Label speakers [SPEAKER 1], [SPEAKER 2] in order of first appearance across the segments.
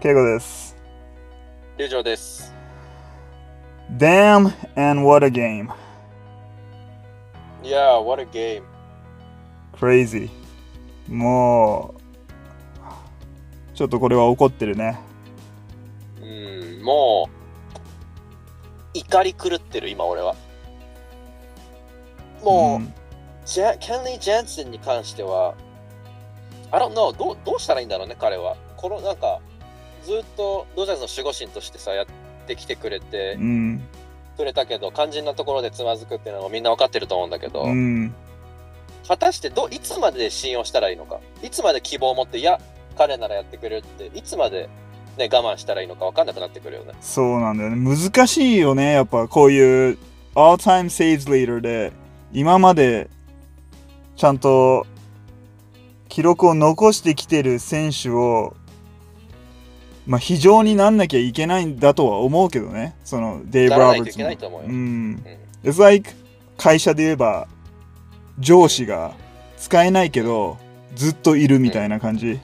[SPEAKER 1] 敬語です。
[SPEAKER 2] 龍城です。
[SPEAKER 1] Damn and what a game.
[SPEAKER 2] Yeah, what a game.
[SPEAKER 1] Crazy. もう、ちょっとこれは怒ってるね。
[SPEAKER 2] うん、もう、怒り狂ってる、今俺は。もう、
[SPEAKER 1] うん
[SPEAKER 2] ジャキャンリー・ジャンセンに関しては、I don't know, どうどうしたらいいんだろうね、彼は。この、なんか、ずっとドジャースの守護神としてさ、やってきてくれて
[SPEAKER 1] う、ん。
[SPEAKER 2] くれたけど、肝心なところでつまずくっていうのもみんなわかってると思うんだけど、
[SPEAKER 1] うん。
[SPEAKER 2] 果たしてどいつまで信用したらいいのかいつまで希望を持っていや彼ならやってくれるっていつまで、ね、我慢したらいいのか分かんなくなってくるよね
[SPEAKER 1] そうなんだよね。難しいよね。やっぱこういう All Time Saves Leader で今までちゃんと記録を残してきてる選手をまあ非常になんなきゃいけないんだとは思うけどね。そのデイブ・
[SPEAKER 2] なら
[SPEAKER 1] ロ
[SPEAKER 2] ない
[SPEAKER 1] バ
[SPEAKER 2] と
[SPEAKER 1] ー
[SPEAKER 2] い
[SPEAKER 1] ツ
[SPEAKER 2] け
[SPEAKER 1] も
[SPEAKER 2] ない。と思うよ、
[SPEAKER 1] うん。It's like 会社で言えば上司が使えないけどずっといるみたいな感じ。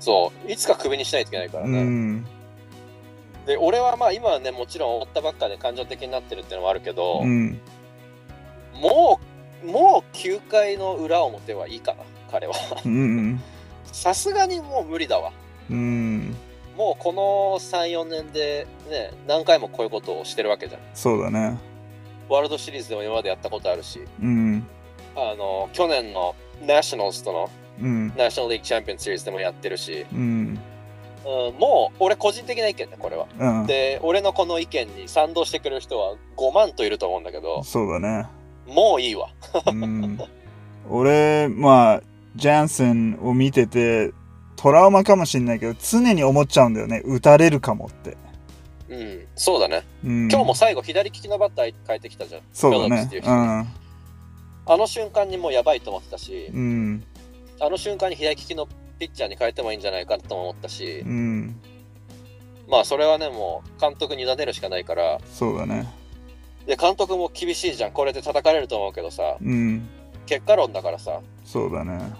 [SPEAKER 2] そういつかクビにしないといけないから
[SPEAKER 1] う
[SPEAKER 2] ね、
[SPEAKER 1] ん。
[SPEAKER 2] で俺はまあ今はねもちろん追ったばっかで感情的になってるっていうのもあるけど、
[SPEAKER 1] うん。
[SPEAKER 2] もうもう9回の裏表はいいかな彼は
[SPEAKER 1] うん。
[SPEAKER 2] さすがにもう無理だわ
[SPEAKER 1] うん。
[SPEAKER 2] もうこの34年でね何回もこういうことをしてるわけじゃん
[SPEAKER 1] そうだね。
[SPEAKER 2] ワールドシリーズでも今までやったことあるし
[SPEAKER 1] うん。
[SPEAKER 2] あの去年のナショナルズとの
[SPEAKER 1] うん。
[SPEAKER 2] ナショナルリーグチャンピオンシリーズでもやってるし、
[SPEAKER 1] うん。
[SPEAKER 2] うん、もう俺個人的な意見ねこれは。
[SPEAKER 1] うん。
[SPEAKER 2] で俺のこの意見に賛同してくれる人は5万といると思うんだけど
[SPEAKER 1] そうだね。
[SPEAKER 2] もういいわ。
[SPEAKER 1] うん。俺、まあ、ジャンセンを見てて、トラウマかもしんないけど、常に思っちゃうんだよね。打たれるかもって。
[SPEAKER 2] うん、そうだね。
[SPEAKER 1] うん。
[SPEAKER 2] 今日も最後左利きのバッター変えてきたじゃん。
[SPEAKER 1] そうだ
[SPEAKER 2] 今日のピ
[SPEAKER 1] ね
[SPEAKER 2] ッチっていう人。あの瞬間にもうやばいと思ってたし
[SPEAKER 1] う、ん。
[SPEAKER 2] あの瞬間に左利きのピッチャーに変えてもいいんじゃないかとも思ったし
[SPEAKER 1] うん。う、ん。
[SPEAKER 2] まあそれはねもう監督に委ねるしかないから、
[SPEAKER 1] そうだね。
[SPEAKER 2] で監督も厳しいじゃん。これで叩かれると思うけどさ、
[SPEAKER 1] うん。
[SPEAKER 2] 結果論だからさ、
[SPEAKER 1] そうだね。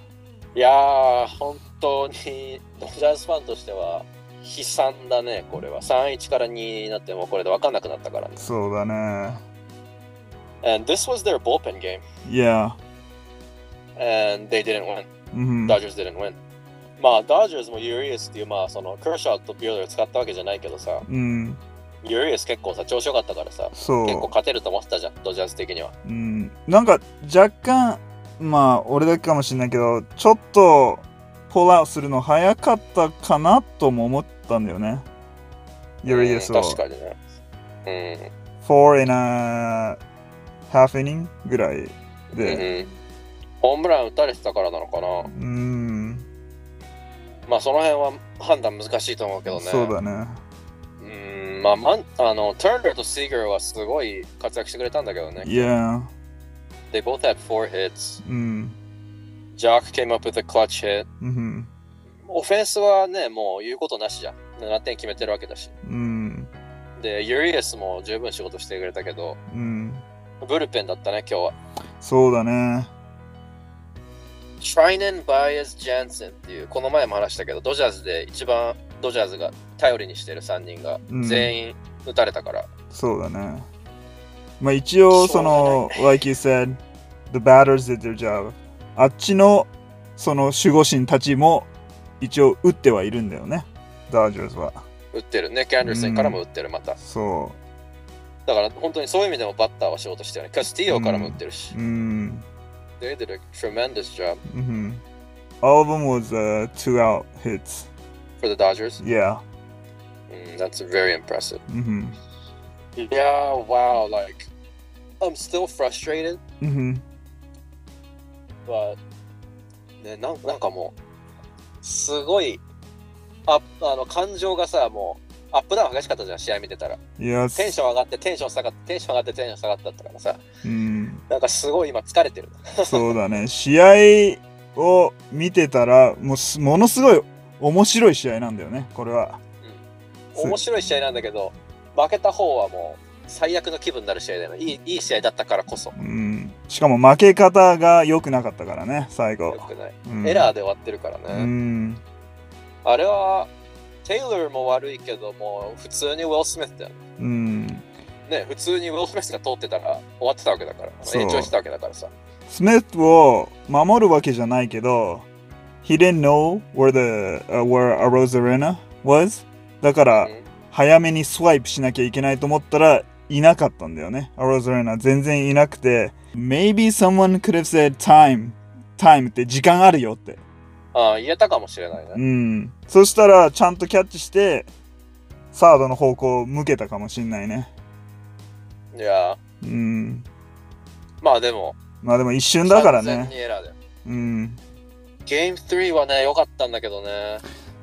[SPEAKER 2] いやー、本当にドジャースファンとしては悲惨だね、これは。3-1から2になってもうこれで分かんなくなったからね。
[SPEAKER 1] そうだね。
[SPEAKER 2] And this was their bullpen game,
[SPEAKER 1] いや、
[SPEAKER 2] and they didn't win.
[SPEAKER 1] うん。
[SPEAKER 2] Dodgers didn't win. まあ、ダージャーズもユリアスっていう、まあ、その、クーシャーとビューラーを使ったわけじゃないけどさ、
[SPEAKER 1] うん。
[SPEAKER 2] ユリアス結構さ、調子良かったからさ、結構
[SPEAKER 1] そ
[SPEAKER 2] 勝てると思ってたじゃん、ドジャース的には。
[SPEAKER 1] う。うん。なんか、若干、まあ、俺だけかもしんないけど、ちょっと、ポールアウトするの早かったかなとも思ったんだよね。ユリアス
[SPEAKER 2] うん
[SPEAKER 1] を。
[SPEAKER 2] 確かにね。
[SPEAKER 1] 4 and a half inning ぐらい
[SPEAKER 2] うん。うん
[SPEAKER 1] で。
[SPEAKER 2] うんホームラン打たれてたからなのかな。
[SPEAKER 1] うん。
[SPEAKER 2] まあ、その辺は判断難しいと思うけどね。
[SPEAKER 1] そうだね。
[SPEAKER 2] うーんまあ、マンあの、ターナーとシーガーはすごい活躍してくれたんだけどね。
[SPEAKER 1] いや、
[SPEAKER 2] They both had four hits.
[SPEAKER 1] うん。
[SPEAKER 2] Jock came up with a clutch hit.
[SPEAKER 1] うん。
[SPEAKER 2] オフェンスはね、もう言うことなしじゃん。7点決めてるわけだし。
[SPEAKER 1] うん。
[SPEAKER 2] で、ユリエスも十分仕事してくれたけど、
[SPEAKER 1] うん。
[SPEAKER 2] ブルペンだったね、今日は。
[SPEAKER 1] そうだね。
[SPEAKER 2] シュライネン・バイエス・ジャンセンっていう、この前も話したけど、ドジャーズで一番ドジャーズが頼りにしてる3人が
[SPEAKER 1] うん
[SPEAKER 2] 全員打たれたから。
[SPEAKER 1] そうだね。まあ一応その、like you said, the batters did their job. あっちのその守護神たちも一応打ってはいるんだよね。ダージャーズは。
[SPEAKER 2] 打ってるね、キャンデルセンからも打ってる、また。
[SPEAKER 1] そ
[SPEAKER 2] だから本当にそういう意味でもバッターは仕事してるね。カスティーヨからも打ってるし。
[SPEAKER 1] う。うん。
[SPEAKER 2] They did a tremendous job
[SPEAKER 1] うん。All of them was、uh, two out hits.
[SPEAKER 2] for the Dodgers.
[SPEAKER 1] Yeah.
[SPEAKER 2] Mm, that's very impressive.
[SPEAKER 1] うん。
[SPEAKER 2] Yeah, wow. Like, I'm still frustrated,
[SPEAKER 1] うん。
[SPEAKER 2] but ね、なんなんかもう、すごい、ああの感情がさ、もう、アップダウン激しかったじゃん、試合見てたら。
[SPEAKER 1] いや、
[SPEAKER 2] テンション上がって、テンション下がって、テンション上がって、テンション下がったってからさ、
[SPEAKER 1] うん。
[SPEAKER 2] なんかすごい今疲れてる。
[SPEAKER 1] そうだね。 試合を見てたら、もうすものすごい面白い試合なんだよね、これは。
[SPEAKER 2] 面白い試合なんだけど、負けた方はもう、最悪の気分になる試合だよね。いいいい試合だったからこそ。
[SPEAKER 1] うん、しかも負け方が良くなかったからね、最後
[SPEAKER 2] よ。くない。
[SPEAKER 1] うん
[SPEAKER 2] エラーで終わってるからね。
[SPEAKER 1] うん、
[SPEAKER 2] あれは、テイラーも悪いけども、普通にウィル・スミスだよね
[SPEAKER 1] うん。
[SPEAKER 2] ね。普通にウィル・スミスが通ってたら終わってたわけだから、
[SPEAKER 1] そう
[SPEAKER 2] 延長してたわけだからさ。
[SPEAKER 1] スミスを守るわけじゃないけど、he didn't know where the、uh, where a Rosarena was。だから
[SPEAKER 2] うん
[SPEAKER 1] 早めにスワイプしなきゃいけないと思ったらいなかったんだよね。アロザレナ全然いなくて、maybe someone could have said time, time って時間あるよって。
[SPEAKER 2] ああ言えたかもしれないね。
[SPEAKER 1] うん。そしたらちゃんとキャッチして、サードの方向を向けたかもしんないね。
[SPEAKER 2] いやー、
[SPEAKER 1] うん。
[SPEAKER 2] まあでも、
[SPEAKER 1] まあでも一瞬だから
[SPEAKER 2] 完
[SPEAKER 1] ね。
[SPEAKER 2] 全にエラーだよ。
[SPEAKER 1] うん。
[SPEAKER 2] ゲーム3はね、良かったんだけどね。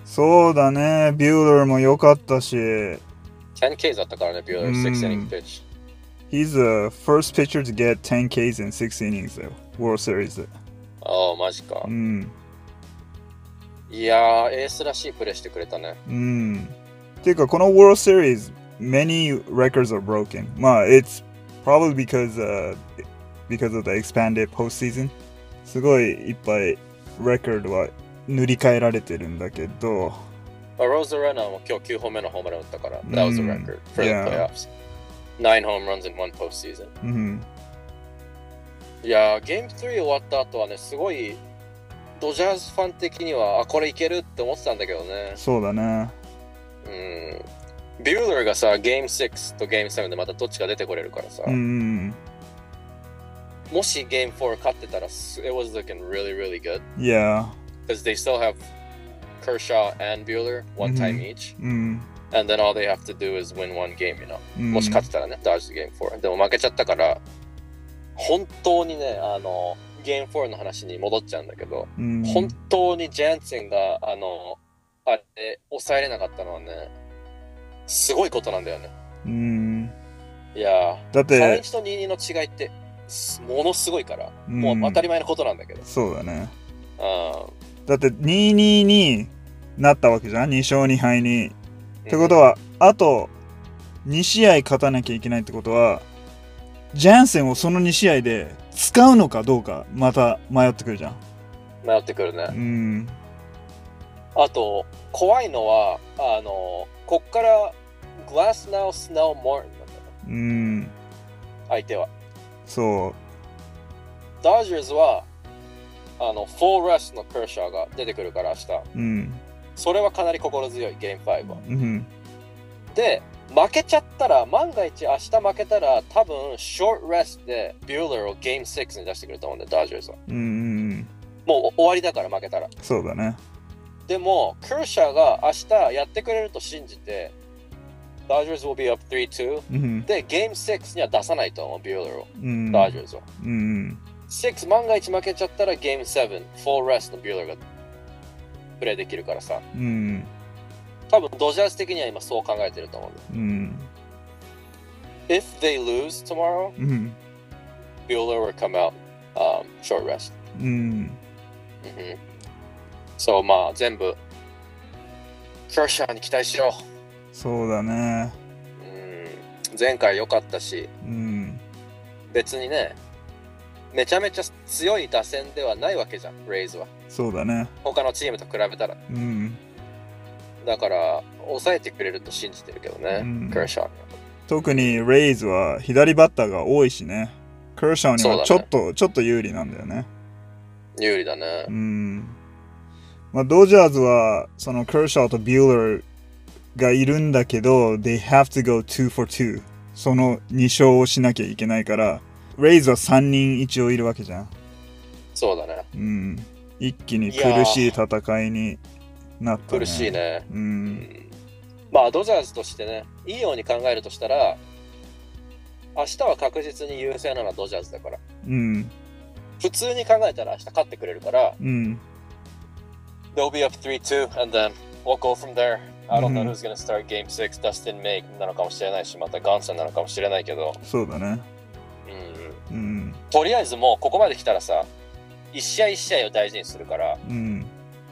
[SPEAKER 1] そうだね。ビューラーも良かったし、
[SPEAKER 2] 10 Ks だったからね、ビューラー
[SPEAKER 1] うん
[SPEAKER 2] 6 inning pitch。
[SPEAKER 1] He's the first pitcher to get 10 Ks in six innings, though. World Series で。
[SPEAKER 2] ああ、マジか
[SPEAKER 1] う。ん。
[SPEAKER 2] いやー、エースらしいプレーしてくれたね。
[SPEAKER 1] うん。ていうか、この World Series, many records are broken. まあ、it's probably because,、uh, because of the expanded postseason. すごいいっぱい record は塗り替えられてるんだけど、
[SPEAKER 2] まあローズ・レナーも今日9本目のホームラン打ったから、
[SPEAKER 1] ん
[SPEAKER 2] That was a record for the
[SPEAKER 1] Yeah.
[SPEAKER 2] playoffs. Nine home runs in one postseason.
[SPEAKER 1] うん。
[SPEAKER 2] いやー、ゲーム3終わった後はね、すごい、ドジャースファン的には、あ、これいけるって思ってたんだけどね。
[SPEAKER 1] そうだね。
[SPEAKER 2] うん。ビューラーがさ、ゲーム6とゲーム7でまたどっちか出てこれるからさ、
[SPEAKER 1] うん。
[SPEAKER 2] もしゲーム4勝ってたら、す it was looking really, really good.
[SPEAKER 1] Yeah.
[SPEAKER 2] Because they still have Kershaw and Bueller, one time each.
[SPEAKER 1] うん。
[SPEAKER 2] And then all they have to do is win one game, you know.
[SPEAKER 1] うん
[SPEAKER 2] もし勝ってたらね、ダージズゲーム4。でも負けちゃったから、本当にね、あの、ゲーム4の話に戻っちゃうんだけど、
[SPEAKER 1] うん。
[SPEAKER 2] 本当にジャンセンが、あの、あれ、抑えれなかったのはね、すごいことなんだよね。
[SPEAKER 1] うん。
[SPEAKER 2] いや
[SPEAKER 1] だっ
[SPEAKER 2] ー、3
[SPEAKER 1] て、
[SPEAKER 2] 1と2 2の違いって、すものすごいから、
[SPEAKER 1] うん
[SPEAKER 2] もう当たり前のことなんだけど。
[SPEAKER 1] そうだね。
[SPEAKER 2] あ
[SPEAKER 1] だって2-2になったわけじゃん2勝2敗に。
[SPEAKER 2] ー
[SPEAKER 1] ってことはあと2試合勝たなきゃいけないってことはジャンセンをその2試合で使うのかどうかまた迷ってくるじゃん。
[SPEAKER 2] うん迷ってくるね。
[SPEAKER 1] うん。
[SPEAKER 2] あと、怖いのは、あの、こっから、グラスナウ、スナウ、モーンなんだよね
[SPEAKER 1] うん。
[SPEAKER 2] 相手は。
[SPEAKER 1] そ
[SPEAKER 2] ダージャーズは、あの、フォーラスのクーシャーが出てくるから明日。
[SPEAKER 1] う。うん。
[SPEAKER 2] それはかなり心強い、ゲーム5は。
[SPEAKER 1] うん。
[SPEAKER 2] で、負けちゃったら、万が一明日負けたら、多分、ショートレストで、ビューラーをゲーム6に出してくると思うんだよ、ダージャーズは。
[SPEAKER 1] うん。うん。
[SPEAKER 2] もう終わりだから、負けたら。
[SPEAKER 1] そうだね。
[SPEAKER 2] でも、クーシャーが明日やってくれると信じて、ダージャーズ will be up 3-2。
[SPEAKER 1] うん。
[SPEAKER 2] で、ゲーム6には出さないと思う、ビューラーを。
[SPEAKER 1] うん。
[SPEAKER 2] ダージャーズを。
[SPEAKER 1] うん。
[SPEAKER 2] 6万が一負けちゃったらゲーム7、4レスのビューラーがプレイできるからさ。
[SPEAKER 1] うん。
[SPEAKER 2] 多分ドジャース的には今そう考えてると思うんだよ。
[SPEAKER 1] うん。
[SPEAKER 2] If they lose tomorrow,
[SPEAKER 1] うん。
[SPEAKER 2] Bueller will come out、um, short rest.
[SPEAKER 1] うん。
[SPEAKER 2] うんそうまあ全部、クラッシャーに期待しよ
[SPEAKER 1] そうだね。
[SPEAKER 2] う。うん前回良かったし、
[SPEAKER 1] うん。
[SPEAKER 2] 別にね、めちゃめちゃ強い打線ではないわけじゃん、レイズは。
[SPEAKER 1] そうだね。
[SPEAKER 2] 他のチームと比べたら。
[SPEAKER 1] うん。
[SPEAKER 2] だから、抑えてくれると信じてるけどね、
[SPEAKER 1] うん
[SPEAKER 2] クラッシャー。
[SPEAKER 1] 特にレイズは左バッターが多いしね。クルシャーにはちょっと、ちょっと有利なんだよね。
[SPEAKER 2] 有利だね
[SPEAKER 1] う。ん。まあ、ドジャーズは、その、クルシャーとビューラーがいるんだけど、they have to go two for two。その2勝をしなきゃいけないから、レイズは3人一応いるわけじゃん。
[SPEAKER 2] そうだね。
[SPEAKER 1] うん。一気に
[SPEAKER 2] いやー
[SPEAKER 1] 苦しい戦いになった、ね。
[SPEAKER 2] 苦しい。ね。
[SPEAKER 1] う。
[SPEAKER 2] うんんまあ、ドジャーズとしてね、いいように考えるとしたら、明日は確実に優勢なのはドジャーズだから。
[SPEAKER 1] うん。
[SPEAKER 2] 普通に考えたら明日勝ってくれるから、
[SPEAKER 1] うん。
[SPEAKER 2] They'll be up 3-2 and then we'll go from there. I don't know
[SPEAKER 1] うん
[SPEAKER 2] who's gonna start game 6, Dustin May なのかもしれないし、またガンさんなのかもしれないけど、
[SPEAKER 1] そうだね。
[SPEAKER 2] うん、
[SPEAKER 1] うん。
[SPEAKER 2] とりあえずもうここまで来たらさ、一試合一試合を大事にするから、
[SPEAKER 1] うん。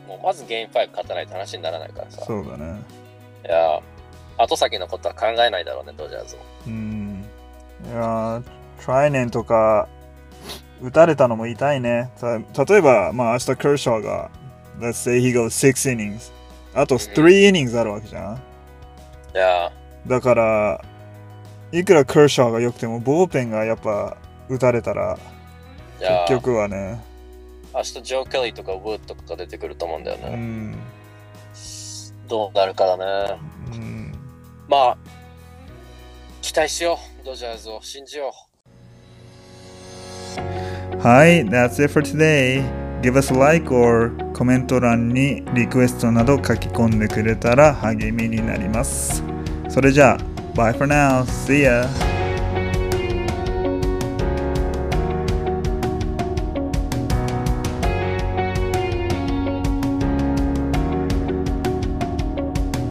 [SPEAKER 2] もうまずゲーム5勝たないと話にならないからさ。
[SPEAKER 1] そうだね。
[SPEAKER 2] いやー、後先のことは考えないだろうね、ドジャーズも。
[SPEAKER 1] うん。いやー、トライネンとか、打たれたのも痛いね。た例えば、まあ明日、クルシャーが、Let's say he goes six innings。あと
[SPEAKER 2] うん
[SPEAKER 1] 3イニングスあるわけじゃん。
[SPEAKER 2] いや
[SPEAKER 1] だから、いくらクーシャーが良くても、ボーペンがやっぱ打たれたら、
[SPEAKER 2] ーいやー
[SPEAKER 1] 結局はね、
[SPEAKER 2] 明日ジョー・ケリーとかウッドとか出てくると思うんだよ
[SPEAKER 1] う
[SPEAKER 2] ね。
[SPEAKER 1] ん。
[SPEAKER 2] どうなるかだね。
[SPEAKER 1] うん
[SPEAKER 2] まあ、期待しよう。ドジャーズを信じよう。
[SPEAKER 1] はい、That's it for today. Give us a like or コメント欄にリクエストなど書き込んでくれたら励みになります。それじゃあ、Bye for now. See ya.